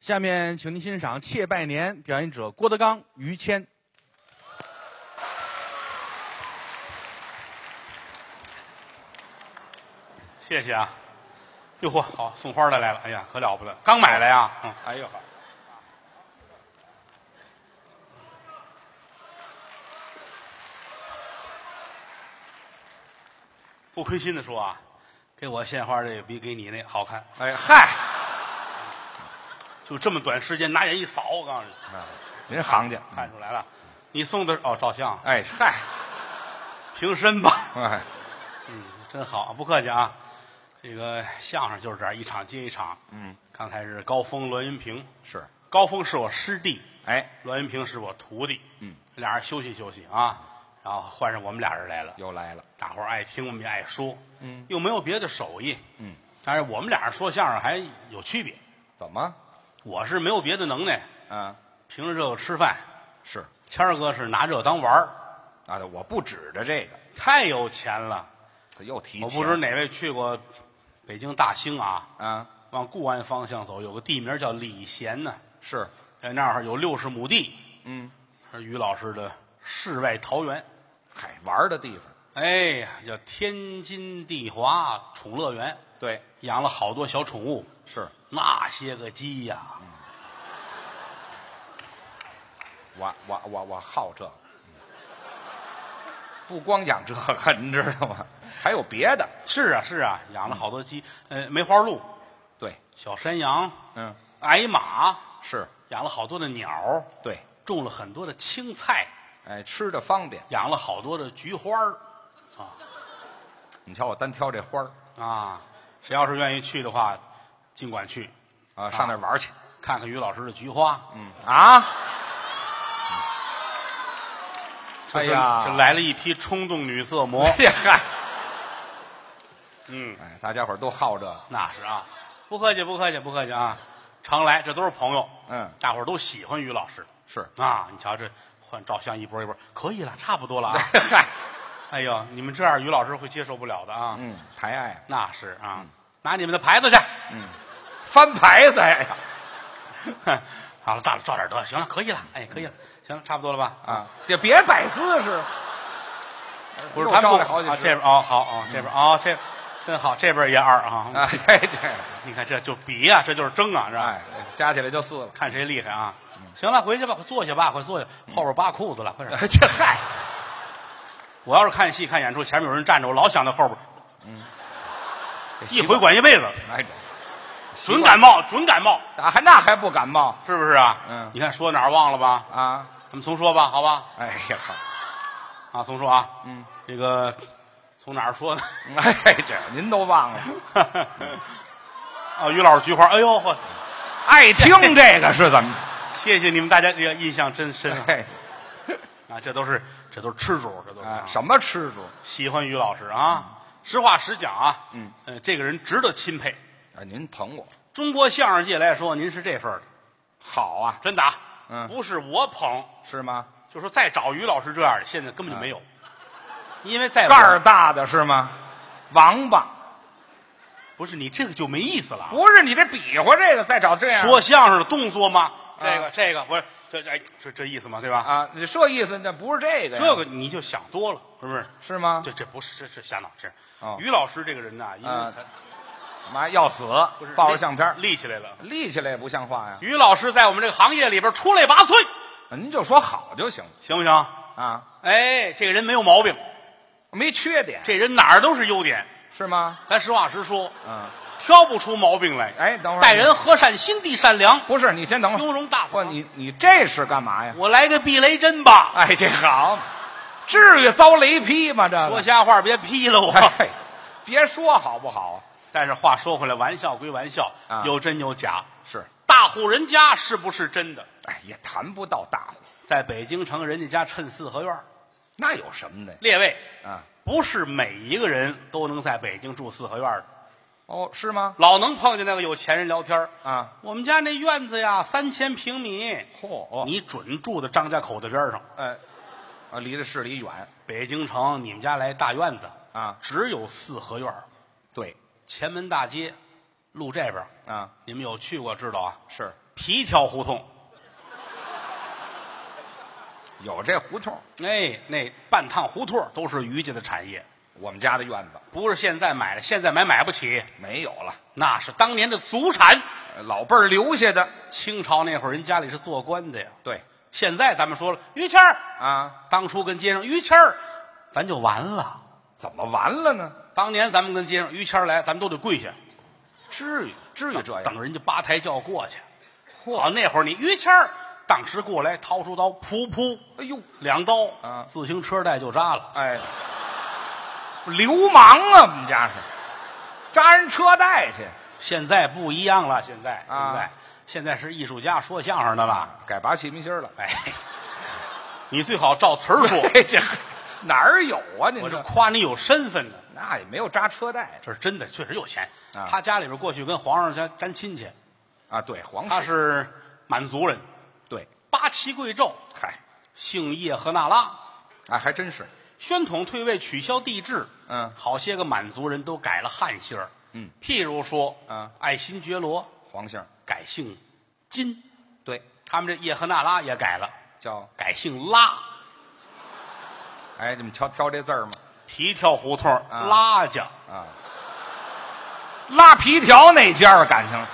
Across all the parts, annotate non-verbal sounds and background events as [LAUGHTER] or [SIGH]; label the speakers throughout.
Speaker 1: 下面，请您欣赏《妾拜年》，表演者郭德纲、于谦。
Speaker 2: 谢谢啊！哟嚯，好，送花的来了，哎呀，可了不得，刚买来呀、嗯，哎呦，好不亏心的说啊，给我献花这个比给你那好看，
Speaker 1: 哎嗨，
Speaker 2: 就这么短时间，拿眼一扫，我告诉你，
Speaker 1: 您是行家，嗯
Speaker 2: 看出来了，你送的哦，照相
Speaker 1: 哎嗨，
Speaker 2: [LAUGHS] 平身吧，
Speaker 1: 哎，
Speaker 2: 真好，不客气啊。这个相声就是这样，一场接一场。
Speaker 1: 嗯，
Speaker 2: 刚才是高峰、栾云平，
Speaker 1: 是，
Speaker 2: 高峰是我师弟，
Speaker 1: 哎，
Speaker 2: 栾云平是我徒弟。
Speaker 1: 嗯，
Speaker 2: 俩人休息休息啊，然后换上我们俩人来了。
Speaker 1: 又来了，
Speaker 2: 大伙儿爱听，我们也爱说。
Speaker 1: 嗯，
Speaker 2: 又没有别的手艺。
Speaker 1: 嗯，
Speaker 2: 但是我们俩人说相声还有区别。
Speaker 1: 怎么？
Speaker 2: 我是没有别的能耐，
Speaker 1: 啊，
Speaker 2: 凭着这个吃饭。
Speaker 1: 是，
Speaker 2: 谦儿哥是拿这个当玩儿，
Speaker 1: 啊，我不指着这个，
Speaker 2: 太有钱了。
Speaker 1: 他又提
Speaker 2: 我
Speaker 1: 钱
Speaker 2: 不知哪位去过北京大兴啊，
Speaker 1: 啊，
Speaker 2: 往固安方向走，有个地名叫礼贤呢、
Speaker 1: 是，
Speaker 2: 在那儿有六十亩地，
Speaker 1: 嗯，
Speaker 2: 是于老师的世外桃源。
Speaker 1: 嗨，玩儿的地方，
Speaker 2: 哎呀，叫天津地华宠乐园，
Speaker 1: 对，
Speaker 2: 养了好多小宠物，
Speaker 1: 是
Speaker 2: 那些个鸡呀、
Speaker 1: 我我我我好这个，不光养这个，您知道吗？还有别的，
Speaker 2: 是啊是啊，养了好多鸡，呃，梅花鹿、
Speaker 1: 对，
Speaker 2: 小山羊、
Speaker 1: 嗯，
Speaker 2: 矮马，
Speaker 1: 是，
Speaker 2: 养了好多的鸟，
Speaker 1: 对，
Speaker 2: 种了很多的青菜，
Speaker 1: 哎，吃的方便，
Speaker 2: 养了好多的菊花儿
Speaker 1: 你瞧我单挑这花儿
Speaker 2: 啊。谁要是愿意去的话，尽管去
Speaker 1: 啊，上那儿玩儿去，
Speaker 2: 看看于老师的菊花。
Speaker 1: 嗯啊。嗯
Speaker 2: 这是
Speaker 1: 哎呀
Speaker 2: 这来了一批冲动女色
Speaker 1: [LAUGHS]
Speaker 2: 魔。
Speaker 1: 这嗨，
Speaker 2: 嗯，
Speaker 1: 哎，大家伙儿都好这个，
Speaker 2: 那是啊，不客气，不客气，不客气啊！常来，这都是朋友。
Speaker 1: 嗯
Speaker 2: 大伙儿都喜欢于老师
Speaker 1: 是，。
Speaker 2: 啊。你瞧这换照相一波一波，可以了，差不多了啊
Speaker 1: [LAUGHS] [LAUGHS] 嗨，
Speaker 2: 哎呦，你们这样于老师会接受不了的啊。
Speaker 1: 嗯，抬爱，
Speaker 2: 那是啊，拿你们的牌子去。
Speaker 1: 翻牌子呀，
Speaker 2: 哼好了，大了，照点得了，行了，可以了，哎，可以了，行了，差不多了吧？
Speaker 1: 啊，这别摆姿势，
Speaker 2: 不是
Speaker 1: 又
Speaker 2: 他
Speaker 1: 招
Speaker 2: 们
Speaker 1: 了好几
Speaker 2: 啊
Speaker 1: 十
Speaker 2: 这边哦，好哦，这边哦，这真好，这边也二啊。
Speaker 1: [LAUGHS] 啊，嘿，这，
Speaker 2: 你看这就比呀、这就是争啊，是吧？
Speaker 1: 哎，嗯加起来就四了，
Speaker 2: 看谁厉害啊！行了，回去吧，快坐下吧，快坐下，后边扒裤子了，快点！
Speaker 1: [LAUGHS] 这嗨，
Speaker 2: 我要是看戏看演出，前面有人站着，我老想到后边，一回管一辈子，
Speaker 1: 哎这，
Speaker 2: 准感冒，准感冒，
Speaker 1: 啊，还那还不感冒
Speaker 2: 是不是啊？
Speaker 1: 嗯
Speaker 2: 你看说哪儿忘了吧？
Speaker 1: 啊？
Speaker 2: 咱们重说吧，好吧？
Speaker 1: 哎呀，好
Speaker 2: 啊，重说啊，嗯，这个从哪儿说呢？ [LAUGHS]
Speaker 1: 哎这您都忘了，
Speaker 2: 啊，于老师菊花，哎呦呵，
Speaker 1: [LAUGHS] 爱听这个是怎么？
Speaker 2: 谢谢你们大家，这个印象真深啊！
Speaker 1: [LAUGHS] 哎，
Speaker 2: 啊，这都是这都是吃主，这都是啊
Speaker 1: 啊，什么吃住
Speaker 2: 喜欢于老师
Speaker 1: 嗯
Speaker 2: 啊，实话实讲啊，嗯，呃，这个人值得钦佩。
Speaker 1: 啊？您捧我
Speaker 2: 中国相声界来说，您是这份儿的，
Speaker 1: 好啊，
Speaker 2: 真的啊，
Speaker 1: 嗯
Speaker 2: 不是我捧，
Speaker 1: 是吗？
Speaker 2: 就说再找于老师这样的，现在根本就没有，因为在我
Speaker 1: 嗯盖儿大的是吗？王八
Speaker 2: 不是你这个就没意思了啊。
Speaker 1: 不啊是你这比划这个再找这样
Speaker 2: 说相声的动作吗？这个
Speaker 1: 啊
Speaker 2: 这个不是这哎是这意思吗？对吧？
Speaker 1: 啊，你这意思那不是这个呀，
Speaker 2: 这个你就想多了，是不是？
Speaker 1: 是吗？
Speaker 2: 这这不是这是瞎闹，这
Speaker 1: 啊哦
Speaker 2: 于老师这个人呐，因为
Speaker 1: 啊
Speaker 2: 他
Speaker 1: 妈要死
Speaker 2: 不是，
Speaker 1: 抱着相片儿
Speaker 2: 立立起来了。
Speaker 1: 立起来也不像话呀。
Speaker 2: 于老师在我们这个行业里边出类拔萃，
Speaker 1: 您就说好就行了
Speaker 2: 行不行？
Speaker 1: 啊，
Speaker 2: 哎，这个人没有毛病，
Speaker 1: 没缺点
Speaker 2: 这人哪儿都是优点。
Speaker 1: 是吗？
Speaker 2: 咱实话实说，
Speaker 1: 嗯，
Speaker 2: 挑不出毛病来。
Speaker 1: 哎等会儿
Speaker 2: 待人和善，心地善良，
Speaker 1: 不是，你先等会
Speaker 2: 雍
Speaker 1: 儿。
Speaker 2: 容大
Speaker 1: 不，
Speaker 2: 方。
Speaker 1: 你你这是干嘛呀？
Speaker 2: 我来个避雷针吧，
Speaker 1: [LAUGHS] 哎，这好，至于遭雷劈吗？这个
Speaker 2: 说瞎话别劈了我。
Speaker 1: 啊哎，别说好不好？
Speaker 2: 但是话说回来，玩笑归玩笑
Speaker 1: 啊，
Speaker 2: 有真有假。
Speaker 1: 是，
Speaker 2: 大户人家是不是真的？
Speaker 1: 哎，也谈不到大户，
Speaker 2: 在北京城，人家家趁四合院。
Speaker 1: 那有什么的呀？
Speaker 2: 列位，
Speaker 1: 啊，
Speaker 2: 不是每一个人都能在北京住四合院的，
Speaker 1: 哦，是吗？
Speaker 2: 老能碰见那个有钱人聊天儿
Speaker 1: 啊，
Speaker 2: 我们家那院子呀，三千平米，
Speaker 1: 嚯，哦
Speaker 2: 你准住在张家口的边儿上。
Speaker 1: 哎，啊，离着市里远
Speaker 2: 北京城，你们家来大院子
Speaker 1: 啊
Speaker 2: 只有四合院儿，
Speaker 1: 对
Speaker 2: 前门大街，路这边儿
Speaker 1: 啊，
Speaker 2: 你们有去过知道啊？
Speaker 1: 是
Speaker 2: 皮条胡同，
Speaker 1: 有这胡同，
Speaker 2: 哎，那半趟胡同都是于家的产业，
Speaker 1: 我们家的院子
Speaker 2: 不是现在买的，现在买买不起，
Speaker 1: 没有了，
Speaker 2: 那是当年的祖产。
Speaker 1: 老辈儿留下的。
Speaker 2: 清朝那会儿，人家里是做官的呀。
Speaker 1: 对
Speaker 2: 现在咱们说了，于谦儿，
Speaker 1: 啊，
Speaker 2: 当初跟街上于谦儿，咱就完了。
Speaker 1: 怎么完了呢？
Speaker 2: 当年咱们跟街上于谦儿来，咱们都得跪下，
Speaker 1: 至于至于这样？
Speaker 2: 等人家八抬轿过去。好，那会儿你于谦儿当时过来，掏出刀，噗噗
Speaker 1: 哎呦，
Speaker 2: 两刀，
Speaker 1: 啊
Speaker 2: 自行车带就扎了。
Speaker 1: 哎，流氓啊，我们家是扎人车带去，
Speaker 2: 现在不一样了，现在现
Speaker 1: 啊
Speaker 2: 在、现在是艺术家说相声的了。
Speaker 1: 改拔气明星了。
Speaker 2: 哎，你最好照词儿
Speaker 1: [LAUGHS]
Speaker 2: 说，
Speaker 1: 哎，这哪儿有啊？您
Speaker 2: 我这
Speaker 1: 这
Speaker 2: 夸你有身份呢。
Speaker 1: 那也没有扎车带
Speaker 2: 这是真的，确实有钱。
Speaker 1: 啊
Speaker 2: 他家里边过去跟皇上家沾亲戚，
Speaker 1: 啊。对，皇
Speaker 2: 他
Speaker 1: 室
Speaker 2: 是满族人，
Speaker 1: 对，
Speaker 2: 八旗贵胄，
Speaker 1: 嗨，
Speaker 2: 姓叶赫那拉。
Speaker 1: 哎，还真是
Speaker 2: 宣统退位，取消帝制，
Speaker 1: 嗯
Speaker 2: 好些个满族人都改了汉姓儿，
Speaker 1: 嗯，
Speaker 2: 譬如说，
Speaker 1: 啊
Speaker 2: 爱新觉罗
Speaker 1: 皇姓，
Speaker 2: 改姓金，
Speaker 1: 对，
Speaker 2: 他们这叶赫那拉也改了，
Speaker 1: 叫
Speaker 2: 改姓拉，
Speaker 1: 哎，你们瞧挑这字儿吗？
Speaker 2: 皮条胡同、
Speaker 1: 啊
Speaker 2: 拉家，
Speaker 1: 啊，拉皮条那家儿感情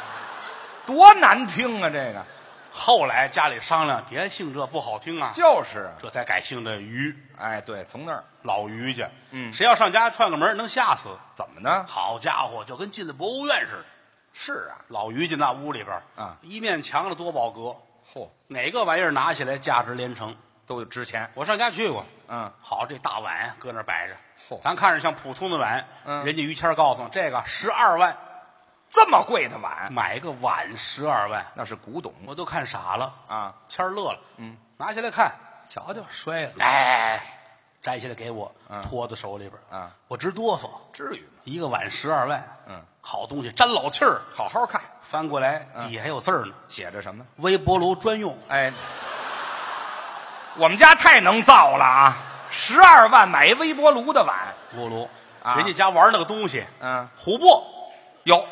Speaker 1: 多难听啊！这个
Speaker 2: 后来家里商量，别姓这不好听啊，
Speaker 1: 就是啊，
Speaker 2: 这才改姓这于，
Speaker 1: 哎，对，从那儿
Speaker 2: 老于家，嗯，谁要上家串个门，能吓死。
Speaker 1: 怎么呢？
Speaker 2: 好家伙，就跟进了博物院似的。
Speaker 1: 是啊，
Speaker 2: 老于家那屋里边儿
Speaker 1: 啊
Speaker 2: 一面墙的多宝阁，
Speaker 1: 嚯，
Speaker 2: 哪个玩意儿拿起来价值连城。
Speaker 1: 都值钱，
Speaker 2: 我上家去过，
Speaker 1: 嗯，
Speaker 2: 好，这大碗搁那儿摆着，
Speaker 1: 嚯
Speaker 2: 咱看着像普通的碗，
Speaker 1: 嗯
Speaker 2: 人家于谦儿告诉我这个十二万，
Speaker 1: 这么贵的碗，
Speaker 2: 买一个碗十二万，
Speaker 1: 嗯那是古董
Speaker 2: 我都看傻了
Speaker 1: 啊！
Speaker 2: 谦儿乐了，嗯，拿下来看，瞧瞧，摔
Speaker 1: 嗯
Speaker 2: 了，哎，摘下来给我，托到手里边，
Speaker 1: 啊，
Speaker 2: 我直哆嗦，
Speaker 1: 至于吗？
Speaker 2: 一个碗十二万，
Speaker 1: 嗯，
Speaker 2: 好东西，沾老气儿，
Speaker 1: 好好看，
Speaker 2: 翻过来
Speaker 1: 嗯
Speaker 2: 底下还有字儿呢，
Speaker 1: 写着什么？
Speaker 2: 微波炉专用，
Speaker 1: 哎，我们家太能造了啊！十二万买一微波炉的碗，
Speaker 2: 锅炉，
Speaker 1: 啊
Speaker 2: 人家家玩那个东西，
Speaker 1: 嗯
Speaker 2: 琥珀，
Speaker 1: 有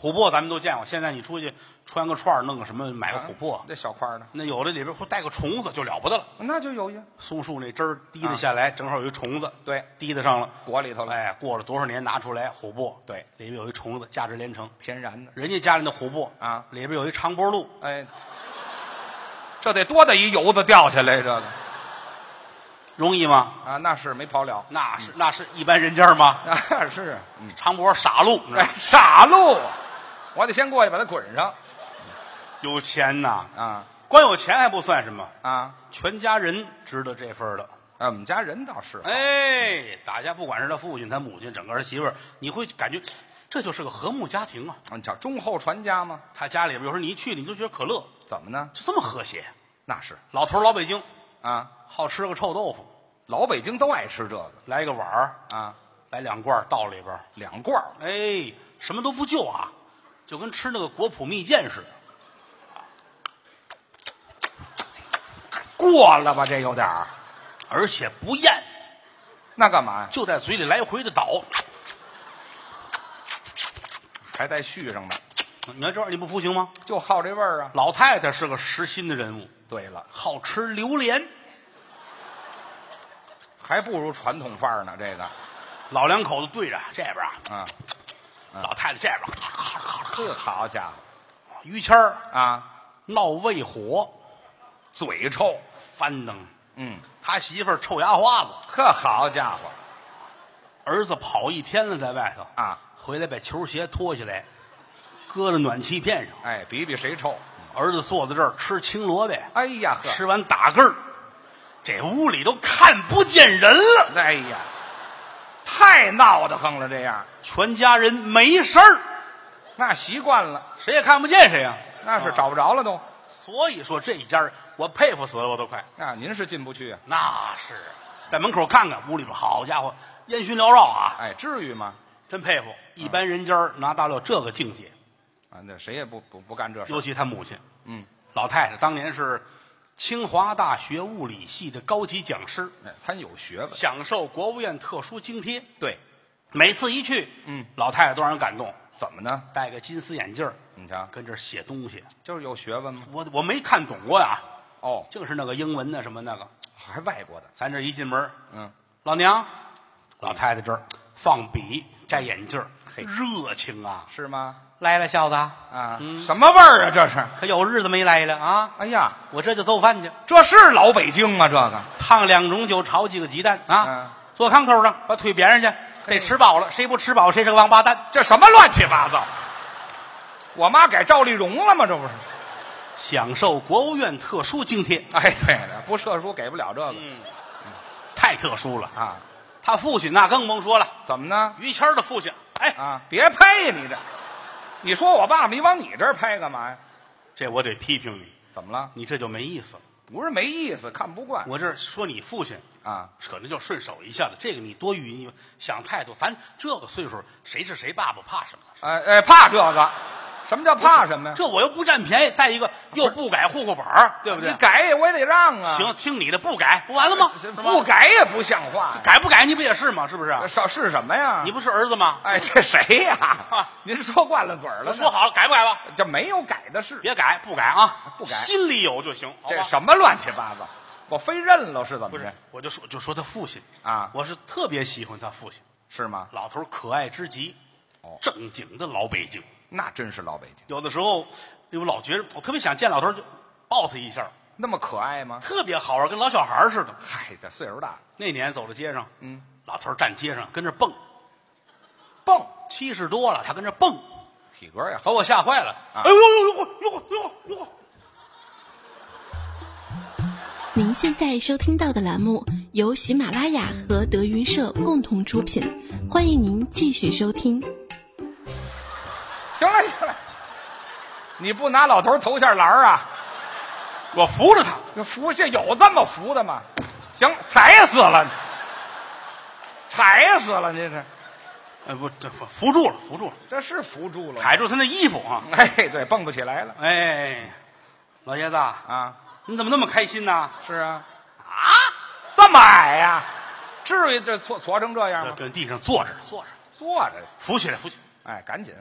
Speaker 2: 琥珀咱们都见过，现在你出去穿个串儿弄个什么，买个琥珀，
Speaker 1: 那小块儿呢？
Speaker 2: 那有的里边会带个虫子，就了不得了，
Speaker 1: 那就有呀，
Speaker 2: 松树那汁儿滴了下来，正好有一虫子，
Speaker 1: 啊对，
Speaker 2: 滴到上了。
Speaker 1: 裹里头了，
Speaker 2: 哎，过了多少年拿出来琥珀，
Speaker 1: 对
Speaker 2: 里边有一虫子，价值连城。
Speaker 1: 天然的。
Speaker 2: 人家家里的琥珀
Speaker 1: 啊
Speaker 2: 里边有一长波路，
Speaker 1: 哎，这得多大一油子掉下来，这个
Speaker 2: 容易吗？
Speaker 1: 啊，那是没跑了，
Speaker 2: 那是那是一般人家吗？
Speaker 1: 那 [LAUGHS] 是
Speaker 2: 长波傻路，你知道
Speaker 1: 嗯哎
Speaker 2: 吗
Speaker 1: 傻路，啊我得先过去把它滚上
Speaker 2: 有钱呐！
Speaker 1: 啊
Speaker 2: 光有钱还不算什么，
Speaker 1: 啊！
Speaker 2: 全家人值得这份儿的。
Speaker 1: 啊，我们家人倒是，
Speaker 2: 哎，大家不管是他父亲、他母亲，整个他媳妇儿，你会感觉这就是个和睦家庭啊。
Speaker 1: 你瞧忠厚传家嘛，
Speaker 2: 他家里边有时候你一去，你就觉得可乐，
Speaker 1: 怎么呢？
Speaker 2: 就这么和谐。
Speaker 1: 那是
Speaker 2: 老头儿老北京，
Speaker 1: 啊，
Speaker 2: 好吃个臭豆腐，
Speaker 1: 老北京都爱吃这个
Speaker 2: 来个碗儿，
Speaker 1: 啊，
Speaker 2: 来两罐儿倒里边儿，
Speaker 1: 两罐儿
Speaker 2: 哎，什么都不就啊，就跟吃那个果脯蜜饯似的。
Speaker 1: 过了吧，这有点儿，
Speaker 2: 而且不咽，
Speaker 1: 那干嘛呀？
Speaker 2: 就在嘴里来回的倒。
Speaker 1: 还带续上呢，
Speaker 2: 你要这玩意儿你不服行吗？
Speaker 1: 就好这味儿啊。
Speaker 2: 老太太是个实心的人物，
Speaker 1: 对了，
Speaker 2: 好吃榴莲。
Speaker 1: 还不如传统范儿呢，这个
Speaker 2: 老两口子对着这边啊，
Speaker 1: 啊，
Speaker 2: 老太太这边，咔咔咔咔
Speaker 1: 这好家伙
Speaker 2: 咔于谦儿
Speaker 1: 啊，
Speaker 2: 闹胃火，
Speaker 1: 嘴臭，
Speaker 2: 翻腾。
Speaker 1: 嗯，
Speaker 2: 他媳妇儿臭牙花子，
Speaker 1: 呵，好家伙
Speaker 2: 儿子跑一天了在外头，
Speaker 1: 啊！
Speaker 2: 回来把球鞋脱下来，搁在暖气片上。
Speaker 1: 哎，比比谁臭。
Speaker 2: 儿子坐在这儿吃青萝卜，
Speaker 1: 哎呀呵，
Speaker 2: 吃完打嗝儿，这屋里都看不见人了。
Speaker 1: 哎呀，太闹得慌了，这样
Speaker 2: 全家人没事儿，
Speaker 1: 那习惯了，
Speaker 2: 谁也看不见谁呀、
Speaker 1: 那是找不着了都。
Speaker 2: 所以说这一家儿，我佩服死了，我都快。
Speaker 1: 啊，您是进不去啊？
Speaker 2: 那是，在门口看看，屋里边好家伙，烟熏缭绕啊，
Speaker 1: 哎，至于吗？
Speaker 2: 真佩服。一般人家儿拿到了这个境界，
Speaker 1: 啊，那谁也不不不干这事。
Speaker 2: 尤其他母亲，
Speaker 1: 嗯，
Speaker 2: 老太太当年是清华大学物理系的高级讲师，
Speaker 1: 哎他有学问，
Speaker 2: 享受国务院特殊津贴。
Speaker 1: 对，
Speaker 2: 每次一去，
Speaker 1: 嗯，
Speaker 2: 老太太都让人感动。
Speaker 1: 怎么呢？
Speaker 2: 戴个金丝眼镜儿
Speaker 1: 你瞧，
Speaker 2: 跟这儿写东西。
Speaker 1: 就是有学问吗？
Speaker 2: 我我没看懂过呀，
Speaker 1: 哦，
Speaker 2: 净是那个英文的什么那个。
Speaker 1: 还外国的，
Speaker 2: 咱这一进门，
Speaker 1: 嗯，
Speaker 2: 老娘，老太太这儿放笔摘眼镜儿，热情啊！
Speaker 1: 是吗？
Speaker 2: 来了，小子，
Speaker 1: 啊，什么味儿啊？这是？
Speaker 2: 可有日子没来了啊！
Speaker 1: 哎呀，
Speaker 2: 我这就做饭去，
Speaker 1: 这是老北京啊，这个
Speaker 2: 烫两盅酒，炒几个鸡蛋
Speaker 1: 嗯
Speaker 2: 啊，坐炕头上把腿别上去，得吃饱了，谁不吃饱谁是个王八蛋。
Speaker 1: 这什么乱七八糟？我妈改赵丽蓉了吗？这不是？
Speaker 2: 享受国务院特殊津贴，
Speaker 1: 哎，对的，不撤书给不了这个
Speaker 2: 太特殊了。
Speaker 1: 啊？
Speaker 2: 他父亲那更甭说了，
Speaker 1: 怎么呢？
Speaker 2: 于谦儿的父亲，哎，
Speaker 1: 啊，别拍呀你这！你说我爸爸，你往你这儿拍干嘛呀？
Speaker 2: 这我得批评你，
Speaker 1: 怎么了？
Speaker 2: 你这就没意思了。
Speaker 1: 不是没意思，看不惯
Speaker 2: 我这儿说你父亲，
Speaker 1: 啊？
Speaker 2: 可能就顺手一下子，这个你多余，你想太多。咱这个岁数，谁是谁爸爸，怕什么？
Speaker 1: 哎哎，怕这个？什么叫怕什么呀？
Speaker 2: 这我又不占便宜，再一个又不改户口本儿对不对
Speaker 1: 你？改我也得让啊。
Speaker 2: 行，听你的，不改不完了吗？是吧
Speaker 1: 不改也不像话呀。
Speaker 2: 改不改，你不也是吗？是不是？
Speaker 1: 少是啊什么呀？
Speaker 2: 你不是儿子吗？
Speaker 1: 哎，这谁呀
Speaker 2: 啊？
Speaker 1: 您说惯了嘴儿了
Speaker 2: 我
Speaker 1: 呢，
Speaker 2: 说好了，改不改吧？
Speaker 1: 这没有改的事，
Speaker 2: 别改，不改啊，
Speaker 1: 不改
Speaker 2: 心里有就行。好吧
Speaker 1: 这什么乱七八糟？我非认了是怎
Speaker 2: 不
Speaker 1: 么
Speaker 2: 是
Speaker 1: 着？？
Speaker 2: 我就说就说他父亲
Speaker 1: 啊
Speaker 2: 我是特别喜欢他父亲，
Speaker 1: 是吗？
Speaker 2: 老头儿可爱之极，
Speaker 1: 哦
Speaker 2: 正经的老北京。
Speaker 1: 那真是老北京，
Speaker 2: 有的时候，哎我老觉得我特别想见老头儿，就抱他一下，
Speaker 1: 那么可爱吗？
Speaker 2: 特别好玩，跟老小孩儿似的。
Speaker 1: 嗨，这岁数大了，
Speaker 2: 那年走到街上，
Speaker 1: 嗯，
Speaker 2: 老头儿站街上跟这蹦，
Speaker 1: 蹦，
Speaker 2: 七十多了，他跟这蹦，
Speaker 1: 体格也好，
Speaker 2: 把我吓坏了。
Speaker 1: 啊
Speaker 2: 哎呦呦呦呦呦呦呦呦！
Speaker 3: 您现在收听到的栏目由喜马拉雅和德云社共同出品，欢迎您继续收听。
Speaker 1: 行了行了，你不拿老头头下篮儿啊？
Speaker 2: 我扶着他，
Speaker 1: 这服下有这么服的吗？行，踩死了，踩死了，这是
Speaker 2: 哎不，这扶扶住了，扶住了，
Speaker 1: 这是扶住了吗。
Speaker 2: 踩住他那衣服啊！
Speaker 1: [LAUGHS] 哎，对，蹦不起来了
Speaker 2: 哎，老爷子，
Speaker 1: 嗯啊！
Speaker 2: 你怎么那么开心呢？
Speaker 1: 是啊，啊，这么矮呀、至于这矬矬成这样吗？
Speaker 2: 跟地上坐着，坐着，
Speaker 1: 啊坐着，
Speaker 2: 扶起来，扶起来。
Speaker 1: 哎，赶紧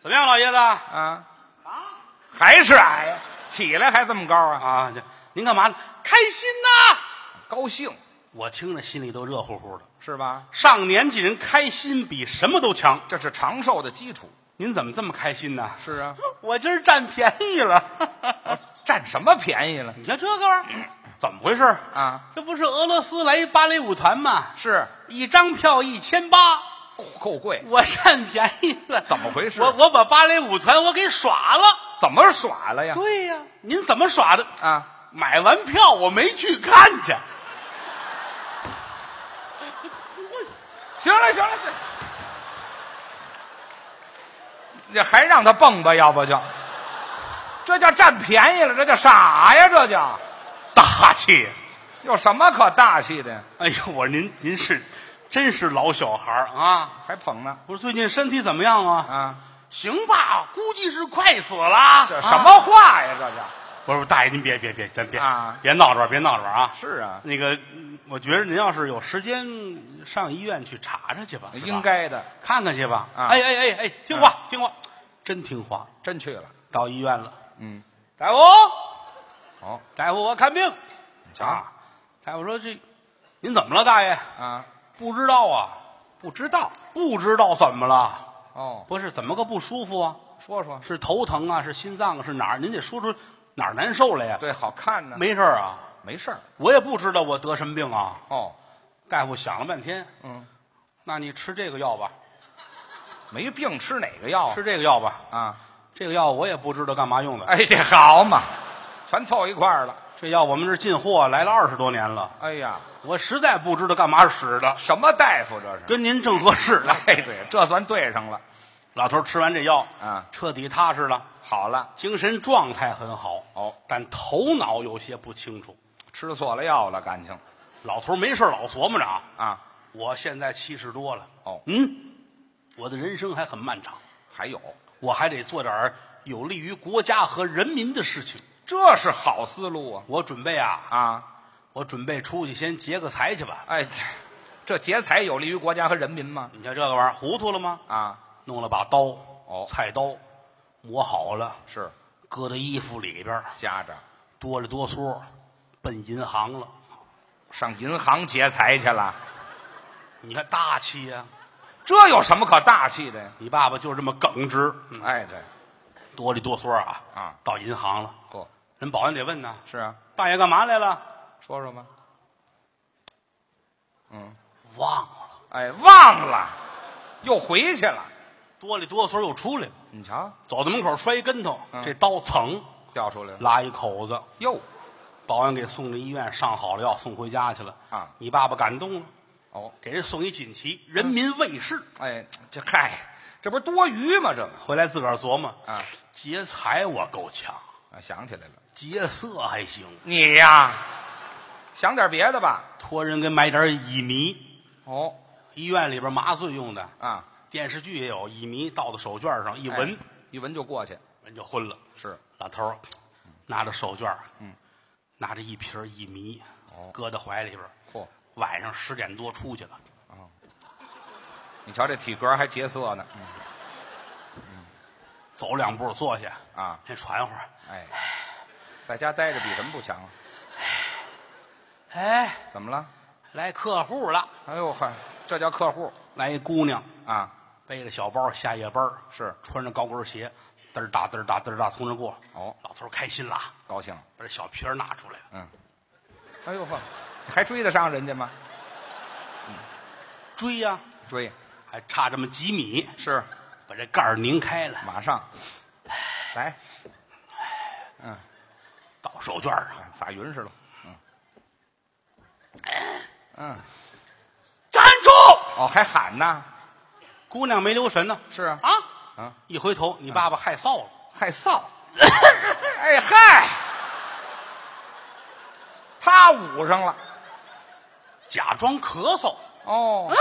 Speaker 2: 怎么样，老爷子？
Speaker 1: 啊！还是矮呀，起来还这么高啊？
Speaker 2: 啊，这您干嘛呢？开心呐！
Speaker 1: 高兴
Speaker 2: 我听着心里都热乎乎的。
Speaker 1: 是吧？
Speaker 2: 上年纪人开心比什么都强。
Speaker 1: 这是长寿的基础。
Speaker 2: 您怎么这么开心呢？
Speaker 1: 是啊，
Speaker 2: [LAUGHS] 我今儿占便宜了。 [LAUGHS]
Speaker 1: 占什么便宜了？
Speaker 2: 你看这个玩意儿怎么回事
Speaker 1: 啊？
Speaker 2: 这不是俄罗斯来一芭蕾舞团吗？
Speaker 1: 是
Speaker 2: 一张票一千八，
Speaker 1: 哦够贵，
Speaker 2: 我占便宜了。
Speaker 1: 怎么回事
Speaker 2: 我我把芭蕾舞团我给耍了。
Speaker 1: 怎么耍了呀？
Speaker 2: 对呀、您怎么耍的？
Speaker 1: 啊，
Speaker 2: 买完票我没去看去。
Speaker 1: 行了行了，行了这还让他蹦吧，要不就，这叫占便宜了，这叫傻呀，这叫
Speaker 2: 大气。
Speaker 1: 有什么可大气的？
Speaker 2: 哎呦，我说您您是真是老小孩儿啊！
Speaker 1: 还捧呢
Speaker 2: 我说最近身体怎么样啊？
Speaker 1: 啊？
Speaker 2: 行吧，估计是快死了。
Speaker 1: 这什么话
Speaker 2: 啊
Speaker 1: 呀？这叫
Speaker 2: 不是，大爷您别别别，咱别、
Speaker 1: 啊
Speaker 2: 别闹着玩儿，别闹着玩儿啊！
Speaker 1: 是啊
Speaker 2: 那个，嗯我觉得您要是有时间上医院去查查去吧，是吧
Speaker 1: 应该的，
Speaker 2: 看看去吧。
Speaker 1: 啊
Speaker 2: 哎哎哎哎，听话、听话，真听话。
Speaker 1: 真去了。
Speaker 2: 到医院了，
Speaker 1: 嗯，
Speaker 2: 大夫，
Speaker 1: 哦，
Speaker 2: 大夫，我看病。
Speaker 1: 你
Speaker 2: 啊，大夫说这您怎么了，大爷？
Speaker 1: 啊，
Speaker 2: 不知道啊，
Speaker 1: 不知道
Speaker 2: 不知道怎么了？
Speaker 1: 哦，
Speaker 2: 不是怎么个不舒服啊？
Speaker 1: 说说
Speaker 2: 是头疼啊？是心脏啊？是哪儿？您得说出哪儿难受来呀、
Speaker 1: 对，好看呢，
Speaker 2: 没事儿啊，
Speaker 1: 没事儿
Speaker 2: 我也不知道我得什么病啊。
Speaker 1: 哦，
Speaker 2: 大夫想了半天，
Speaker 1: 嗯，
Speaker 2: 那你吃这个药吧，
Speaker 1: 没病吃哪个药
Speaker 2: 吃这个药吧。
Speaker 1: 啊？
Speaker 2: 这个药我也不知道干嘛用的。
Speaker 1: 哎，这好嘛，全凑一块儿了。
Speaker 2: 这药我们这进货来了二十多年了，
Speaker 1: 哎呀，
Speaker 2: 我实在不知道干嘛使的，
Speaker 1: 什么大夫这是？
Speaker 2: 跟您正合
Speaker 1: [LAUGHS]
Speaker 2: 适呢。
Speaker 1: 哎，对，这算对上了。
Speaker 2: 老头儿吃完这药，
Speaker 1: 啊
Speaker 2: 彻底踏实了，
Speaker 1: 好了，
Speaker 2: 精神状态很好。
Speaker 1: 哦，
Speaker 2: 但头脑有些不清楚。
Speaker 1: 吃错了药了，感情
Speaker 2: 老头儿没事儿老琢磨着啊，
Speaker 1: 啊，
Speaker 2: 我现在七十多了，
Speaker 1: 哦
Speaker 2: 嗯，我的人生还很漫长，
Speaker 1: 还有，
Speaker 2: 我还得做点儿有利于国家和人民的事情。
Speaker 1: 这是好思路啊
Speaker 2: 我准备啊，
Speaker 1: 啊！
Speaker 2: 我准备出去先劫个财去吧。
Speaker 1: 哎，这这劫财有利于国家和人民吗？
Speaker 2: 你瞧这个玩意儿，糊涂了吗？
Speaker 1: 啊，
Speaker 2: 弄了把刀，
Speaker 1: 哦
Speaker 2: 菜刀，磨好了，
Speaker 1: 是
Speaker 2: 搁到衣服里边儿，
Speaker 1: 夹着
Speaker 2: 哆里哆嗦，奔银行了。
Speaker 1: 上银行劫财去了，
Speaker 2: 你看大气呀、
Speaker 1: 这有什么可大气的呀？
Speaker 2: 你爸爸就是这么耿直，嗯
Speaker 1: 哎，对，
Speaker 2: 哆里哆嗦啊
Speaker 1: 啊
Speaker 2: 到银行了，
Speaker 1: 嚯，
Speaker 2: 人保安得问呐，
Speaker 1: 是啊，
Speaker 2: 大爷干嘛来了？
Speaker 1: 说说吧。
Speaker 2: 忘了，
Speaker 1: 哎，忘了，又回去了。
Speaker 2: 哆里哆嗦又出来了，
Speaker 1: 你瞧，
Speaker 2: 走到门口摔一跟头，
Speaker 1: 嗯
Speaker 2: 这刀噌
Speaker 1: 掉出来了。
Speaker 2: 拉一口子，
Speaker 1: 哟，
Speaker 2: 保安给送到医院，上好了药送回家去了。
Speaker 1: 啊
Speaker 2: 你爸爸感动了，
Speaker 1: 哦，
Speaker 2: 给人送一锦旗，
Speaker 1: 嗯
Speaker 2: 人民卫士。
Speaker 1: 哎，这嗨，这不是多余吗？这个
Speaker 2: 回来自个儿琢磨，
Speaker 1: 啊
Speaker 2: 劫财我够呛，
Speaker 1: 啊，想起来了，
Speaker 2: 劫色还行，
Speaker 1: 你呀，想点别的吧。
Speaker 2: 托人给买点乙醚，
Speaker 1: 哦，
Speaker 2: 医院里边麻醉用的。
Speaker 1: 啊，
Speaker 2: 电视剧也有乙醚倒到手绢上一闻，
Speaker 1: 哎一闻就过去，
Speaker 2: 人就昏了。
Speaker 1: 是
Speaker 2: 老头儿拿着手绢，嗯，拿着一瓶乙醚，
Speaker 1: 哦
Speaker 2: 搁到怀里边儿。
Speaker 1: 嚯，
Speaker 2: 晚上十点多出去了，
Speaker 1: 你瞧这体格还劫色呢。嗯
Speaker 2: 走两步坐下
Speaker 1: 啊
Speaker 2: 先喘会儿。
Speaker 1: 哎，在家待着比什么不强啊？
Speaker 2: 哎，
Speaker 1: 怎么了？
Speaker 2: 来客户了，
Speaker 1: 哎呦嗨，这叫客户
Speaker 2: 来一姑娘，
Speaker 1: 啊！
Speaker 2: 背着小包下夜班儿
Speaker 1: 是
Speaker 2: 穿着高跟鞋，嘚儿哒嘚儿哒嘚儿哒从这过。
Speaker 1: 哦
Speaker 2: 老头儿开心了，
Speaker 1: 高兴了。
Speaker 2: 把这小皮儿拿出来了，
Speaker 1: 嗯哎呦呵，还追得上人家吗？
Speaker 2: 追呀、
Speaker 1: 追
Speaker 2: 还差这么几米，
Speaker 1: 是
Speaker 2: 把这盖儿拧开了，
Speaker 1: 马上来
Speaker 2: 倒手绢儿上，
Speaker 1: 哎撒匀似的。
Speaker 2: 站住！
Speaker 1: 哦，还喊呢？
Speaker 2: 姑娘没留神呢，
Speaker 1: 是啊，
Speaker 2: 啊
Speaker 1: 啊，
Speaker 2: 一回头，你爸爸害臊了，
Speaker 1: 害臊。哎嗨，他捂上了。
Speaker 2: 假装咳嗽，
Speaker 1: 哦，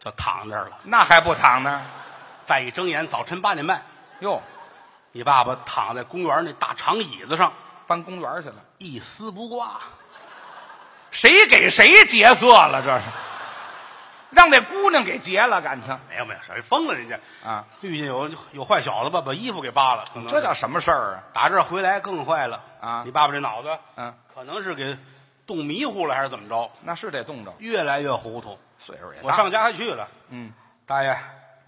Speaker 2: 就躺这儿了。
Speaker 1: 那还不躺那儿？
Speaker 2: 再一睁眼，早晨八点半，
Speaker 1: 哟，
Speaker 2: 你爸爸躺在公园那大长椅子上，
Speaker 1: 搬公园去了。
Speaker 2: 一丝不挂。
Speaker 1: 谁给谁劫色了？这是让那姑娘给劫了，感情
Speaker 2: 没有没有，谁疯了人家
Speaker 1: 啊？
Speaker 2: 遇见有有坏小子吧，把衣服给扒了，可能是
Speaker 1: 这叫什么事儿啊？
Speaker 2: 打这儿回来更坏了
Speaker 1: 啊
Speaker 2: 你爸爸这脑子，
Speaker 1: 嗯，
Speaker 2: 可能是给冻迷糊了还是怎么着，
Speaker 1: 那是得冻着，
Speaker 2: 越来越糊涂。
Speaker 1: 岁数也大。
Speaker 2: 我上家还去了，
Speaker 1: 嗯
Speaker 2: 大爷，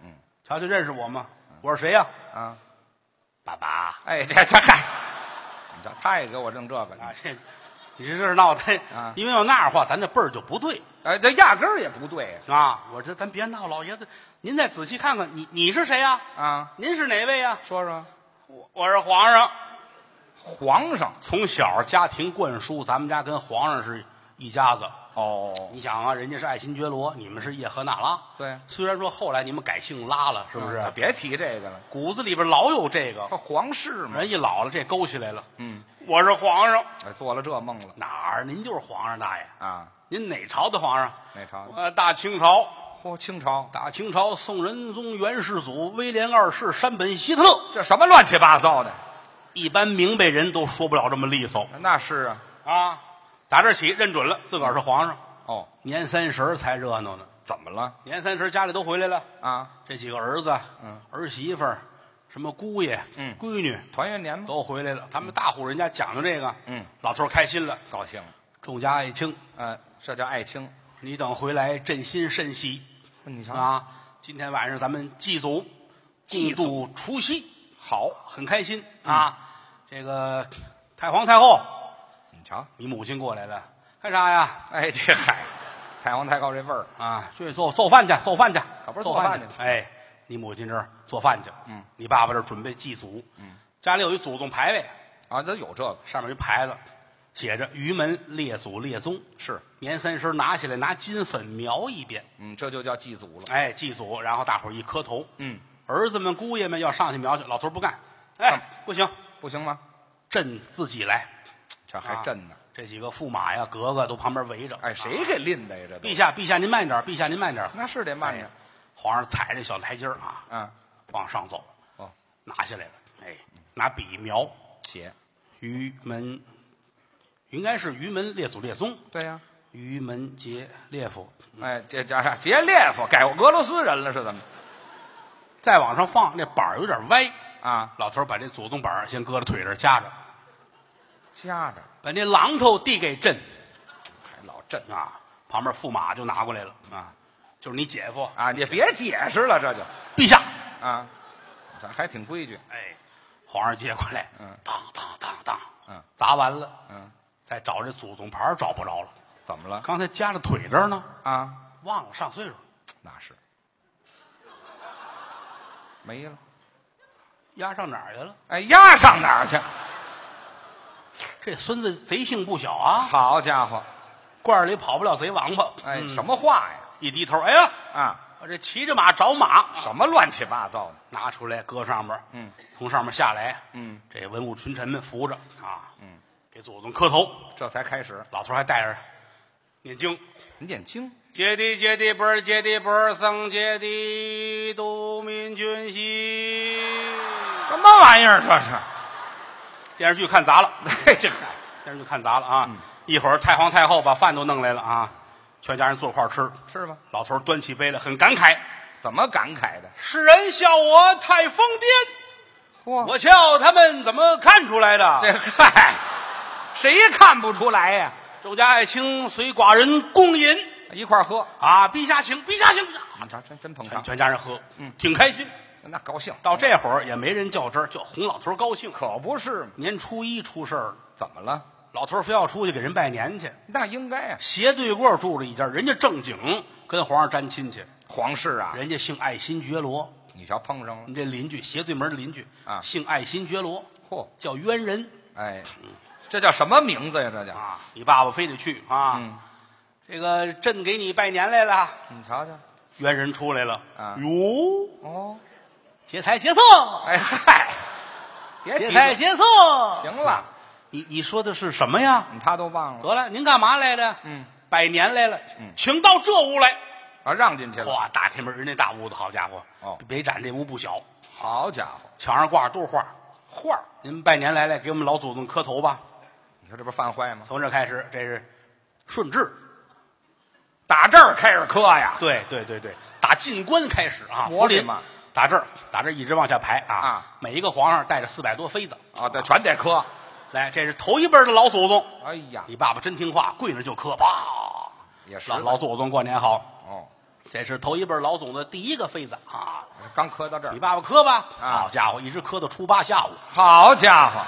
Speaker 2: 嗯，瞧瞧认识我吗？我是谁呀、
Speaker 1: 啊，
Speaker 2: 爸爸
Speaker 1: 哎，这这嗨，你这他也给我弄这个，
Speaker 2: 啊，这你这事儿闹的
Speaker 1: 啊，
Speaker 2: 因为要那样的话，咱这辈儿就不对
Speaker 1: 哎，这压根儿也不对呀
Speaker 2: 啊。我这咱别闹，老爷子，您再仔细看看，你你是谁呀、
Speaker 1: 啊！
Speaker 2: 您是哪位呀、
Speaker 1: 说说
Speaker 2: 我我是皇上。
Speaker 1: 皇上
Speaker 2: 从小家庭灌输，咱们家跟皇上是一家子。
Speaker 1: 哦，
Speaker 2: 你想啊，人家是爱新觉罗，你们是叶赫那拉。
Speaker 1: 对
Speaker 2: 虽然说后来你们改姓拉了，是不是？
Speaker 1: 啊别提这个了，
Speaker 2: 骨子里边老有这个
Speaker 1: 他，皇室嘛，
Speaker 2: 人一老了这勾起来了。
Speaker 1: 嗯，
Speaker 2: 我是皇上，
Speaker 1: 哎做了这梦了
Speaker 2: 哪儿？您就是皇上大爷。
Speaker 1: 啊！
Speaker 2: 您哪朝的皇上？
Speaker 1: 哪朝的
Speaker 2: 我大清朝。
Speaker 1: 嚯，清朝
Speaker 2: 大清朝宋仁宗元世祖威廉二世山本希特勒，
Speaker 1: 这什么乱七八糟的？
Speaker 2: 一般明白人都说不了这么利索
Speaker 1: 那是啊，
Speaker 2: 啊！打这儿起认准了，自个儿是皇上。
Speaker 1: 哦，
Speaker 2: 年三十儿才热闹呢，
Speaker 1: 怎么了
Speaker 2: 年三十儿家里都回来了，
Speaker 1: 啊？
Speaker 2: 这几个儿子、
Speaker 1: 嗯
Speaker 2: 儿媳妇儿、什么姑爷、
Speaker 1: 嗯
Speaker 2: 闺女
Speaker 1: 团圆年吗？
Speaker 2: 都回来了。他们大户人家讲究这个，
Speaker 1: 嗯，
Speaker 2: 老头儿开心了，
Speaker 1: 高兴了，
Speaker 2: 众家爱卿，
Speaker 1: 呃，这叫爱卿。
Speaker 2: 你等回来振心甚喜
Speaker 1: 你瞧，
Speaker 2: 啊！今天晚上咱们祭祖，共度除夕，好，很开心啊！这个太皇太后，
Speaker 1: 你瞧，
Speaker 2: 你母亲过来了，干啥呀？
Speaker 1: 哎，这嗨，太皇太高这味儿，
Speaker 2: 啊，去做做饭去，做饭去，
Speaker 1: 可不是
Speaker 2: 做
Speaker 1: 做
Speaker 2: 去
Speaker 1: 饭去。吗
Speaker 2: 哎，你母亲这儿做饭去，
Speaker 1: 嗯，
Speaker 2: 你爸爸这儿准备祭祖，嗯，家里有一祖宗牌位，
Speaker 1: 啊，这有这个
Speaker 2: 上面有一牌子，写着“于门列祖列宗
Speaker 1: 是，”。
Speaker 2: 年三十拿起来，拿金粉描一遍，
Speaker 1: 嗯，这就叫祭祖了。
Speaker 2: 哎，祭祖，然后大伙儿一磕头。
Speaker 1: 嗯，
Speaker 2: 儿子们、姑爷们要上去描去，老头儿不干，哎，不行，
Speaker 1: 不行吗？
Speaker 2: 朕自己来。
Speaker 1: 这还震呢。
Speaker 2: 啊这几个驸马呀、格格都旁边围着。
Speaker 1: 哎，谁
Speaker 2: 啊？
Speaker 1: 给拎的呀？这都
Speaker 2: 陛下，陛下您慢点儿，陛下您慢点儿。
Speaker 1: 那是得慢着
Speaker 2: 哎。皇上踩着小台阶儿啊，
Speaker 1: 嗯，
Speaker 2: 往上走，
Speaker 1: 哦，
Speaker 2: 拿下来了，哎，拿笔描
Speaker 1: 写
Speaker 2: 于门，应该是于门列祖列宗，
Speaker 1: 对呀，
Speaker 2: 于门杰列夫，
Speaker 1: 哎，这家伙杰列夫改俄罗斯人了是怎么？
Speaker 2: 再往上放，那板儿有点歪
Speaker 1: 啊，
Speaker 2: 老头儿把这祖宗板儿先搁到腿这儿夹着，
Speaker 1: 夹着
Speaker 2: 把那榔头递给朕
Speaker 1: 还老震
Speaker 2: 啊，旁边驸马就拿过来了啊，就是你姐夫，
Speaker 1: 啊！你别解释了，这就
Speaker 2: 陛下，
Speaker 1: 啊，咱还挺规矩。
Speaker 2: 哎，皇上接过来，
Speaker 1: 嗯
Speaker 2: 当当当当，
Speaker 1: 嗯，
Speaker 2: 砸完了，
Speaker 1: 嗯，
Speaker 2: 再找这祖宗牌儿找不着了，
Speaker 1: 怎么了
Speaker 2: 刚才夹着腿这儿呢，
Speaker 1: 啊？
Speaker 2: 忘了上岁数，
Speaker 1: 那是没了。
Speaker 2: 压上哪儿去了？
Speaker 1: 哎，压上哪儿去？
Speaker 2: 这孙子贼性不小啊，
Speaker 1: 好家伙！
Speaker 2: 罐儿里跑不了贼王八，
Speaker 1: 哎，
Speaker 2: 嗯
Speaker 1: 什么话呀？
Speaker 2: 一低头，哎呀，
Speaker 1: 啊，
Speaker 2: 我这骑着马找马，
Speaker 1: 什么乱七八糟的？
Speaker 2: 拿出来搁上边儿，
Speaker 1: 嗯，
Speaker 2: 从上面下来，
Speaker 1: 嗯，
Speaker 2: 这文武群臣们扶着啊，嗯，给祖宗磕头，
Speaker 1: 这才开始
Speaker 2: 老头儿还带着念经，
Speaker 1: 念经。
Speaker 2: 揭谛揭谛波儿揭谛波儿僧揭谛度民军兮。
Speaker 1: 什么玩意儿？这是？ [LAUGHS]
Speaker 2: 电视剧看砸了，
Speaker 1: 哎，这嗨，
Speaker 2: 电视剧看砸了啊！一会儿太皇太后把饭都弄来了啊，全家人坐块儿吃。
Speaker 1: 吃吧。
Speaker 2: 老头儿端起杯来，很感慨：
Speaker 1: 怎么感慨的？
Speaker 2: 世人笑我太疯癫，
Speaker 1: 嚯，
Speaker 2: 我笑他们怎么看出来的？
Speaker 1: 这嗨，谁看不出来呀？
Speaker 2: 周家爱卿随寡人共饮
Speaker 1: 一块儿喝，
Speaker 2: 啊！陛下请，陛下请，
Speaker 1: 你瞧，真真捧
Speaker 2: 全
Speaker 1: 场，
Speaker 2: 全家人喝，挺开心。
Speaker 1: 那高兴。
Speaker 2: 到这会儿也没人较真儿，就哄老头儿高兴。
Speaker 1: 可不是嘛，
Speaker 2: 年初一出事儿了，
Speaker 1: 怎么了？
Speaker 2: 老头儿非要出去给人拜年去，
Speaker 1: 那应该啊，
Speaker 2: 斜对过住了一家，人家正经跟皇上沾亲戚，
Speaker 1: 皇室啊，
Speaker 2: 人家姓爱新觉罗，
Speaker 1: 你瞧碰上
Speaker 2: 我
Speaker 1: 了，
Speaker 2: 们这邻居斜对门的邻居
Speaker 1: 啊
Speaker 2: 姓爱新觉罗，
Speaker 1: 嚯，
Speaker 2: 叫冤人
Speaker 1: 哎，这叫什么名字呀？这叫，
Speaker 2: 啊！你爸爸非得去啊，
Speaker 1: 嗯
Speaker 2: 这个朕给你拜年来了，
Speaker 1: 你瞧瞧，
Speaker 2: 冤人出来了，
Speaker 1: 啊
Speaker 2: 哟，
Speaker 1: 哦，
Speaker 2: 劫财劫色，
Speaker 1: 哎嗨，别
Speaker 2: 劫
Speaker 1: 提
Speaker 2: 财
Speaker 1: 了，
Speaker 2: 劫色，
Speaker 1: 行了，
Speaker 2: 你你说的是什么呀？
Speaker 1: 嗯他都忘了
Speaker 2: 得了，您干嘛来的？
Speaker 1: 嗯，
Speaker 2: 拜年来了，请到这屋来。
Speaker 1: 啊，让进去了，
Speaker 2: 哗，打开门，人那大屋子，好家伙，
Speaker 1: 哦
Speaker 2: 北展这屋不小，
Speaker 1: 好家伙，
Speaker 2: 墙上挂着都是画。
Speaker 1: 画儿，
Speaker 2: 您拜年来了，给我们老祖宗磕头吧。
Speaker 1: 你说这不犯坏吗？
Speaker 2: 从这开始，这是顺治，
Speaker 1: 打这儿开始磕呀，
Speaker 2: 对对对对，打进关开始啊，
Speaker 1: 我
Speaker 2: 福
Speaker 1: 的
Speaker 2: 临
Speaker 1: 妈，
Speaker 2: 打这儿打这儿一直往下排啊，
Speaker 1: 啊
Speaker 2: 每一个皇上带着四百多妃子
Speaker 1: 啊，对，全得磕，
Speaker 2: 来，这是头一辈儿的老祖宗，
Speaker 1: 哎呀，
Speaker 2: 你爸爸真听话，跪那儿就磕，啪，
Speaker 1: 也是
Speaker 2: 老老祖宗过年好。
Speaker 1: 哦，
Speaker 2: 这是头一辈儿老总的第一个妃子啊！
Speaker 1: 刚磕到这儿
Speaker 2: 你，爸爸磕吧，
Speaker 1: 啊
Speaker 2: 好家伙，一直磕到初八下午，
Speaker 1: 好家伙，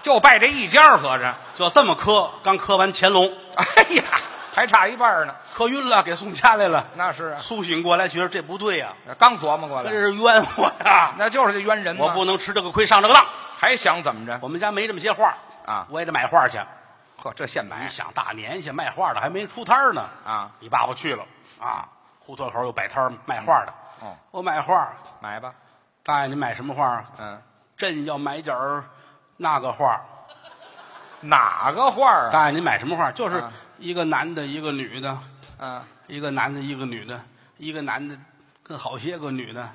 Speaker 1: 就拜这一家儿合着，
Speaker 2: 就这么磕，刚磕完乾隆，
Speaker 1: [LAUGHS] 哎呀，还差一半儿呢，
Speaker 2: 磕晕了，给送家来了。
Speaker 1: 那是啊，
Speaker 2: 苏醒过来，觉得这不对呀、
Speaker 1: 刚琢磨过
Speaker 2: 这
Speaker 1: 来。
Speaker 2: 是冤我呀、
Speaker 1: 那就是这冤人嘛
Speaker 2: 我不能吃这个亏上这个当。
Speaker 1: 还想怎么着？
Speaker 2: 我们家没这么些画
Speaker 1: 啊
Speaker 2: 我也得买画去。
Speaker 1: 呵，这现
Speaker 2: 你
Speaker 1: 买
Speaker 2: 想大年下卖画的还没出摊儿呢
Speaker 1: 啊！嗯
Speaker 2: 你爸爸去了啊，胡同口有摆摊儿卖画的。
Speaker 1: 哦，
Speaker 2: 我买画，
Speaker 1: 买吧，
Speaker 2: 大爷您买什么画？
Speaker 1: 嗯，
Speaker 2: 朕要买点儿那个画。
Speaker 1: 哪个画儿啊？
Speaker 2: 大爷，您买什么画？就是
Speaker 1: 啊
Speaker 2: 一个男的，一个女的，
Speaker 1: 嗯，
Speaker 2: 一个男的，一个女的，一个男的跟好些个女的，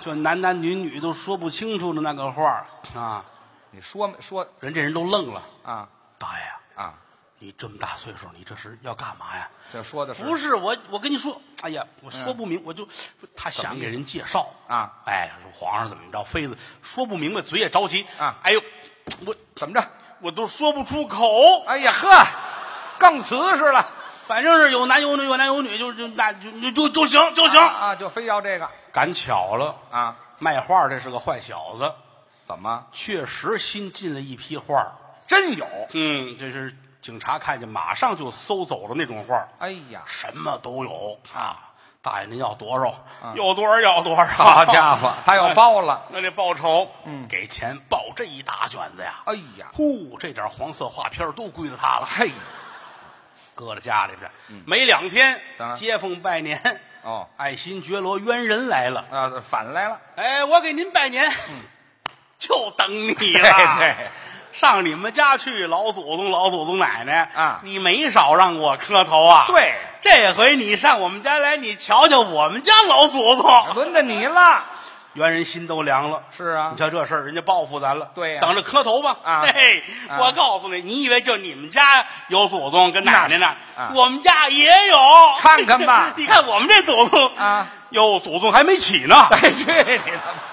Speaker 2: 就男男女女都说不清楚的那个画啊！
Speaker 1: 你说没说
Speaker 2: 人这人都愣了。
Speaker 1: 啊
Speaker 2: 大爷，
Speaker 1: 啊？
Speaker 2: 你这么大岁数，你这是要干嘛呀？
Speaker 1: 这说的是
Speaker 2: 不是我，我跟你说，哎呀，我说不明，我就他想给人介绍
Speaker 1: 啊，
Speaker 2: 哎，说皇上怎么着，妃子说不明白，嘴也着急
Speaker 1: 啊
Speaker 2: 哎呦，我
Speaker 1: 怎么着？
Speaker 2: 我都说不出口，
Speaker 1: 哎呀呵，更瓷实了
Speaker 2: 反正是有男有女，有男有女，就就那就就就就行就行。
Speaker 1: 啊！就非要这个
Speaker 2: 赶巧了，
Speaker 1: 啊？
Speaker 2: 卖画这是个坏小子，
Speaker 1: 怎么？
Speaker 2: 确实新进了一批画。
Speaker 1: 真有？
Speaker 2: 嗯，这是警察看见马上就搜走了那种画，
Speaker 1: 哎呀，
Speaker 2: 什么都有
Speaker 1: 啊！
Speaker 2: 大爷，您要多少？
Speaker 1: 嗯
Speaker 2: 要多少要多少？
Speaker 1: 好家伙，他要包了！
Speaker 2: [LAUGHS] 那得报仇。嗯，给钱报这一大卷子呀！
Speaker 1: 哎呀，
Speaker 2: 呼，这点黄色画片都归了他了，
Speaker 1: 嘿，
Speaker 2: 搁在家里边。没两天
Speaker 1: 咋，
Speaker 2: 街坊拜年，
Speaker 1: 嗯哦
Speaker 2: 爱新觉罗冤人来了。
Speaker 1: 啊，反来了！
Speaker 2: 哎，我给您拜年，就等
Speaker 1: [LAUGHS]
Speaker 2: 你
Speaker 1: 对
Speaker 2: 了。
Speaker 1: 嗯对，
Speaker 2: 上你们家去，老祖宗、老祖宗奶奶
Speaker 1: 啊
Speaker 2: 你没少让我磕头啊。
Speaker 1: 对
Speaker 2: 这回你上我们家来，你瞧瞧我们家老祖宗。
Speaker 1: 轮到你了！
Speaker 2: 元人心都凉了。
Speaker 1: 是啊
Speaker 2: 你瞧这事儿，人家报复咱了。
Speaker 1: 对呀
Speaker 2: 等着磕头吧。
Speaker 1: 啊
Speaker 2: 嘿，
Speaker 1: 啊
Speaker 2: 我告诉你，你以为就你们家有祖宗跟奶奶呢？
Speaker 1: 那是啊
Speaker 2: 我们家也有，
Speaker 1: 看看吧
Speaker 2: [LAUGHS] 你看我们这祖宗
Speaker 1: 啊，
Speaker 2: 哟，祖宗还没起呢。
Speaker 1: [LAUGHS] 哎，去你的吧！